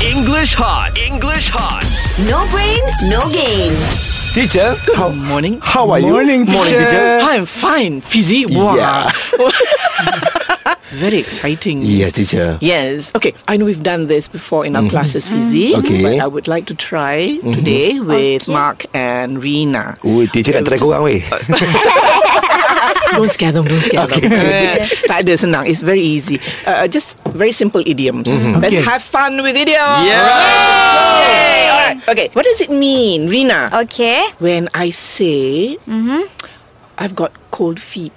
English hot. English hot. No brain, no game. Teacher, how, Morning. how are Morning, you? Morning, teacher. I'm fine. Fizzy. Wow. Yeah. Very exciting. Yes, teacher. Yes. Okay. I know we've done this before in our classes, Fizzy. Mm-hmm. Okay. Mm-hmm. But I would like to try today with Mark and Rina. Ui, teacher nak try korang weh. Don't scare them. Don't scare them. Eh, tak ada senang. It's very easy. Uh, just very simple idioms. Mm-hmm. Let's Okay. have fun with idioms. Yay. All right. Okay. What does it mean, Rina? Okay. When I say, I've got cold feet.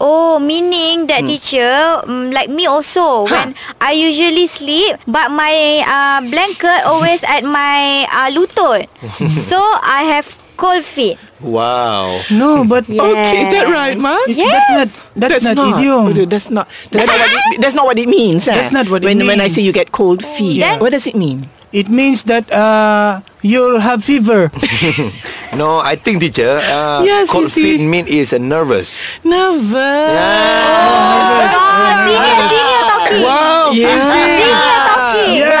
Oh, meaning that teacher, um, like me also, Huh. when I usually sleep, but my uh, blanket always at my uh, lutut. so I have cold feet. Wow. No, but Okay, is that right, Mark? it- Yes. that's not that's, not, Oh, idiom. dude, that's not. That's not what it, that's not what it means. eh? That's not what it when, When I means. say you get cold feet, Yeah. what does it mean? It means that uh, you'll have fever. No, I think teacher, uh, Yes, cold you see. feet mean is uh, nervous. Nervous. Oh, Ah, senior, senior talking. wow, Yeah. Senior talking. Yeah.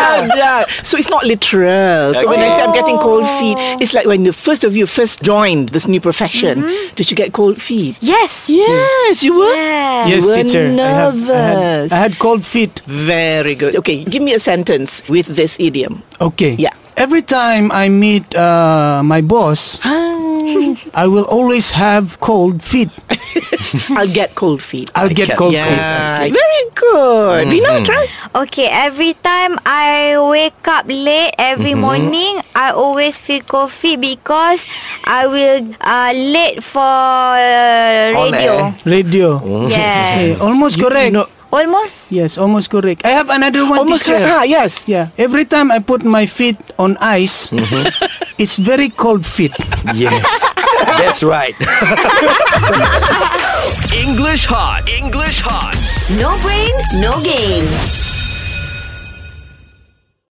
So it's not literal. So when I say I'm getting cold feet, it's like when the first of you first joined this new profession. Did you get cold feet? Yes. Mm-hmm. Yes, you were. Yeah. Yes, You were teacher. I have- I, nervous. had, I had cold feet. Very good. Okay, give me a sentence with this idiom. Okay. Yeah. Every time I meet uh, my boss, Ah. I will always have cold feet. I'll get cold feet. I'll get can- cold Yeah, very good. Rina, try. Okay, every time I wake up late every morning, I always feel cold feet because I will uh, late for uh, On radio. feet. Radio. Okay, Yes. almost correct. No, Almost. Yes, almost correct. I have another one. almost teacher. correct. Ah, yes. Yeah. Every time I put my feet on ice, it's very cold feet. Yes. That's right. English hot. English hot. No brain, no game.